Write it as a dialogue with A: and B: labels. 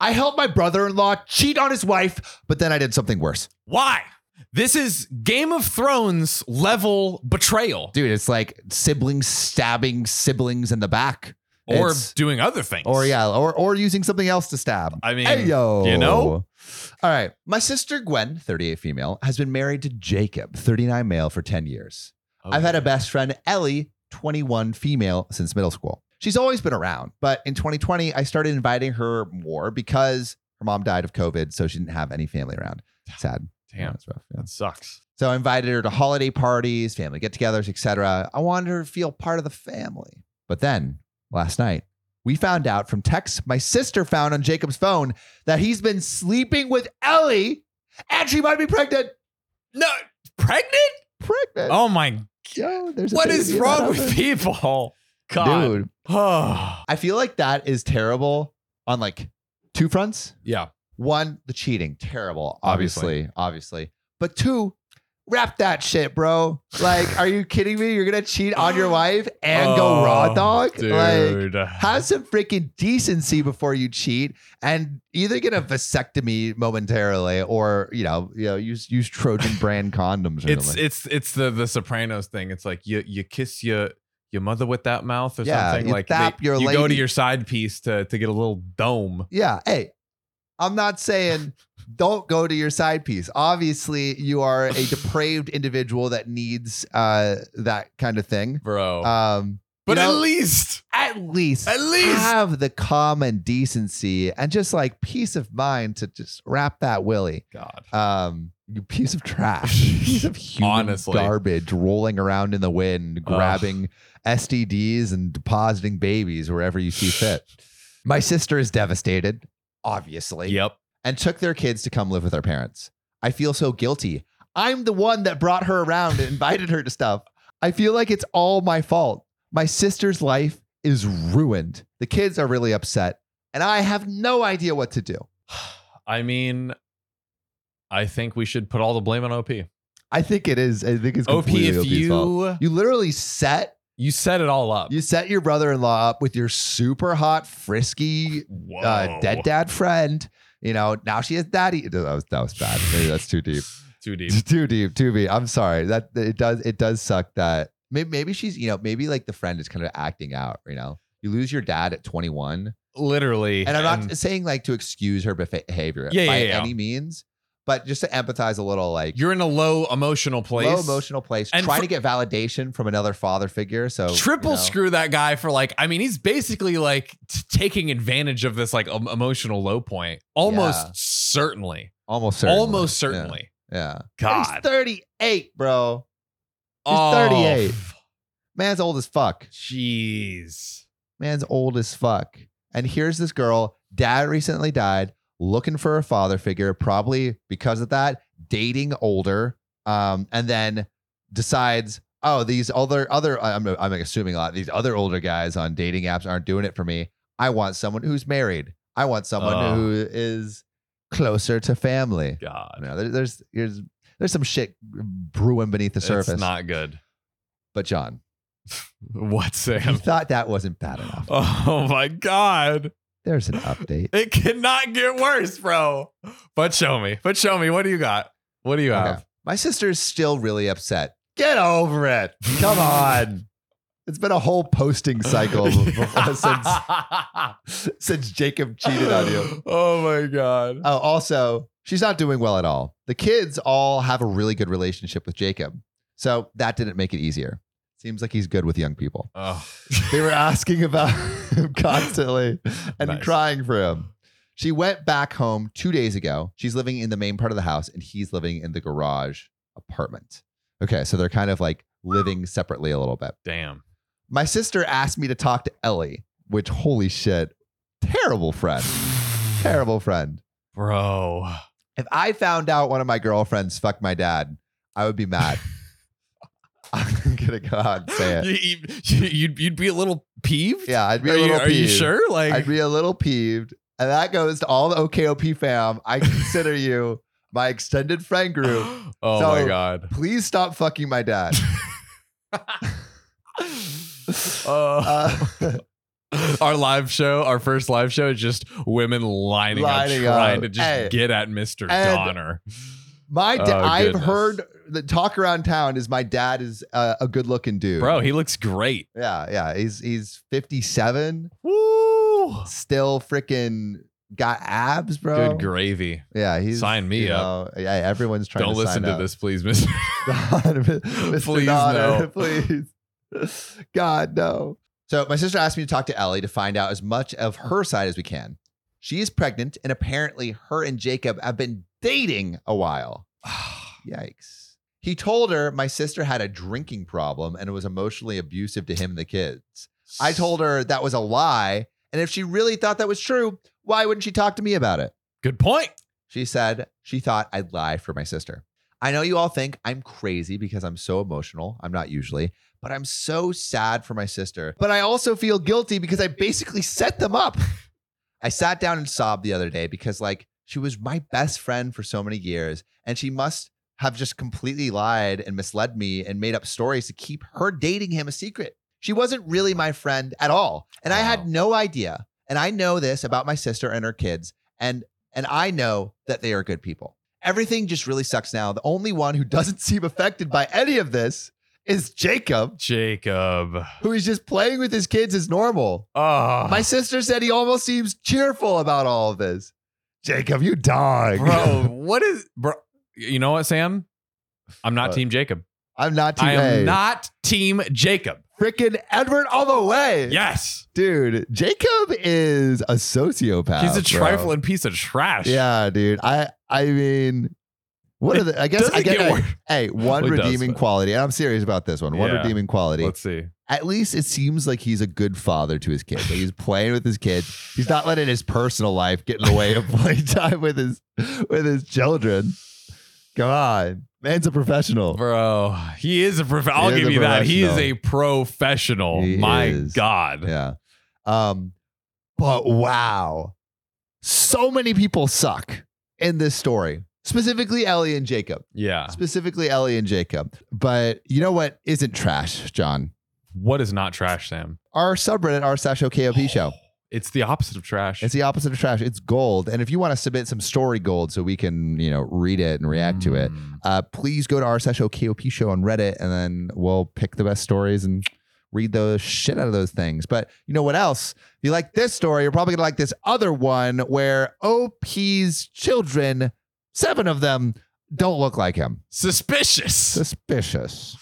A: I helped my brother in law cheat on his wife, but then I did something worse.
B: Why? This is Game of Thrones level betrayal
A: Dude, it's like siblings stabbing siblings in the back.
B: or
A: It's-
B: doing other things.
A: Or yeah, or or using something else to stab.
B: I mean,
A: Hey, yo.
B: you know?
A: All right. My sister Gwen, 38 female, has been married to Jacob, 39 male, for 10 years.
B: Oh,
A: I've had a best friend, Ellie, 21 female, since middle school. She's always been around, but in 2020, I started inviting her more because her mom died of COVID, so she didn't have any family around. Sad.
B: Damn,
A: That's rough. Yeah.
B: that sucks.
A: So I invited her to holiday parties, family get-togethers, etc. I wanted her to feel part of the family. But then last night, we found out from texts my sister found on Jacob's phone that he's been sleeping with Ellie, and she might be pregnant.
B: No, pregnant?
A: Pregnant.
B: Oh my.
A: Yo, there's Uh, a
B: What is
A: baby in
B: wrong
A: that
B: with
A: oven.
B: people? God.
A: dude?
B: Oh.
A: I feel like that is terrible on like two fronts.
B: Yeah.
A: One, the cheating, terrible, obviously, obviously. But two, wrap that shit, bro. Like, are you kidding me? You're gonna cheat on your wife and go raw
B: Oh,
A: dog? Like,
B: Dude.
A: have some freaking decency before you cheat, and either get a vasectomy momentarily, or you know, you know, use use Trojan brand condoms. Or
B: it's
A: something.
B: it's it's the the Sopranos thing. It's like you you kiss your your mother with that mouth or
A: Yeah,
B: something.
A: you
B: like
A: tap your
B: you go to
A: lady.
B: your side piece to to get a little dome.
A: Yeah. Hey, I'm not saying don't go to your side piece. Obviously, you are a depraved individual that needs uh, that kind of thing.
B: Bro.
A: Um,
B: but
A: you know-
B: at least
A: at least,
B: Oh. At least.
A: have the common decency and just like peace of mind to just wrap that willy.
B: God.
A: Um, you piece of trash, piece of human
B: Honestly.
A: garbage rolling around in the wind, grabbing STDs and depositing babies wherever you see fit. My sister is devastated, obviously
B: Yep.
A: and took their kids to come live with our parents. I feel so guilty. I'm the one that brought her around and invited her to stuff. I feel like it's all my fault. My sister's life is ruined. The kids are really upset, and I have no idea what to do.
B: I mean, I think we should put all the blame on OP.
A: I think it is. I think it's
B: OP,
A: completely
B: if
A: OP's fault.
B: you
A: You literally set
B: you set it all up.
A: you set your brother-in-law up with your super hot, frisky
B: Whoa.
A: uh, dead
B: Oh.
A: dad friend. You know, now she has daddy. That was that was bad. Maybe that's too deep.
B: Too deep.
A: too deep, too deep. I'm sorry. That it does it does suck that maybe, maybe she's you know maybe like the friend is kind of acting out. You know, you lose your dad at 21,
B: Literally.
A: and I'm not saying like to excuse her befa- behavior
B: Yeah,
A: by
B: yeah, yeah.
A: any means, but just to empathize a little, like
B: you're in a low emotional place.
A: low emotional place,
B: And
A: trying
B: for-
A: to get validation from another father figure. So
B: Triple
A: you know.
B: screw that guy for like. I mean, he's basically like t- taking advantage of this like em- emotional low point. Almost
A: Yeah.
B: certainly.
A: almost certainly.
B: Almost
A: Yeah,
B: certainly.
A: Yeah, he's
B: God.
A: 38, bro. he's
B: Oh,
A: 38.
B: f-
A: Man's old as fuck.
B: Jeez.
A: Man's old as fuck. And here's this girl, dad recently died, looking for a father figure, probably because of that, dating older, um, and then decides, oh, these other other I'm I'm assuming a lot these other older guys on dating apps aren't doing it for me. I want someone who's married. I want someone
B: Oh.
A: who is closer to family. I
B: God.
A: know there, there's there's there's some shit brewing beneath the surface.
B: It's not good.
A: but John,
B: What,
A: you
B: Sam?
A: thought that wasn't bad enough.
B: Oh my God.
A: There's an update.
B: It cannot get worse, bro. But show me. But show me. What do you got? What do you
A: Okay.
B: have?
A: My sister's still really upset.
B: Get over it.
A: Come on. It's been a whole posting cycle since since Jacob cheated on you.
B: Oh my god.
A: Oh, also, she's not doing well at all. The kids all have a really good relationship with Jacob. So that didn't make it easier. Seems like he's good with young people.
B: Oh.
A: They were asking about him constantly and
B: Nice.
A: crying for him. She went back home two days ago. She's living in the main part of the house and he's living in the garage apartment. Okay, so they're kind of like living separately a little bit.
B: Damn.
A: My sister asked me to talk to Ellie, which holy shit, terrible friend, terrible friend.
B: Bro.
A: If I found out one of my girlfriends fucked my dad, I would be mad. I'm gonna go out and say it.
B: You, you, you'd, you'd be a little peeved?
A: Yeah, I'd be a
B: are
A: little
B: you, Are you
A: peeved.
B: sure? Like,
A: I'd be a little peeved, and that goes to all the OKOP fam. I consider you my extended friend group.
B: oh
A: So-
B: my god.
A: Please stop fucking my dad.
B: Uh,
A: Uh,
B: our live show, our first live show, is just women lining,
A: Lining
B: up trying
A: up.
B: to just
A: Hey.
B: get at Mr.
A: And-
B: Donner.
A: My da-
B: Oh,
A: I've
B: goodness.
A: heard the talk around town is my dad is uh, a good looking dude.
B: Bro, he looks great.
A: Yeah, yeah. He's he's 57,
B: Woo!
A: still freaking got abs, bro.
B: Good gravy.
A: Yeah, he's
B: Sign me
A: you know, yeah, everyone's trying
B: Don't
A: to
B: listen
A: sign
B: to
A: up.
B: this, please, Mr.
A: Mr.
B: Please,
A: Donner,
B: no.
A: please. God, no. So my sister asked me to talk to Ellie to find out as much of her side as we can. She is pregnant, and apparently her and Jacob have been dating a while. Yikes. He told her my sister had a drinking problem and was emotionally abusive to him and the kids. I told her that was a lie, and if she really thought that was true, why wouldn't she talk to me about it?
B: Good point.
A: She said she thought I'd lie for my sister. I know you all think I'm crazy because I'm so emotional. I'm not usually, but I'm so sad for my sister. But I also feel guilty because I basically set them up. I sat down and sobbed the other day because, like, she was my best friend for so many years, and she must have just completely lied and misled me and made up stories to keep her dating him a secret. She wasn't really my friend at all, and I
B: Wow.
A: had no idea. And I know this about my sister and her kids, and and I know that they are good people. Everything just really sucks now. The only one who doesn't seem affected by any of this is Jacob,
B: Jacob.
A: who is just playing with his kids as normal.
B: Oh,
A: My sister said he almost seems cheerful about all of this. Jacob, you dog.
B: bro, what is, bro? You know what, Sam? I'm not
A: What?
B: Team Jacob.
A: I'm not too
B: I
A: hey,
B: am not Team Jacob.
A: freaking Edward all the way.
B: Yes.
A: Dude, Jacob is a sociopath.
B: He's a
A: bro.
B: trifling piece of trash.
A: Yeah, dude. I I mean, what are the I guess
B: Doesn't
A: I get,
B: get worse.
A: hey, one
B: Well, it does,
A: redeeming
B: but-
A: quality. And I'm serious about this one. One
B: Yeah.
A: redeeming quality.
B: Let's see.
A: At least it seems like he's a good father to his kids. Like he's playing with his kids. He's not letting his personal life get in the way of playtime with his with his children. Come on. Man's a professional.
B: Bro, he is a prof. I'll
A: is
B: give
A: a
B: you that. He is a
A: professional.
B: professional.
A: He
B: My
A: is.
B: God.
A: Yeah. Um, but wow. So many people suck in this story. Specifically Ellie and Jacob.
B: Yeah.
A: Specifically Ellie and Jacob. But you know what isn't trash, John?
B: What is not trash, Sam?
A: Our subreddit, r slash OKOP show.
B: It's the opposite of trash.
A: It's the opposite of trash. It's gold. And if you want to submit some story gold so we can, you know, read it and react to it,
B: Mm.
A: uh, please go to r slash OKOP show on Reddit and then we'll pick the best stories and read the shit out of those things. But you know what else? If you like this story, you're probably going to like this other one where OP's children, seven of them, don't look like him.
B: Suspicious.
A: Suspicious.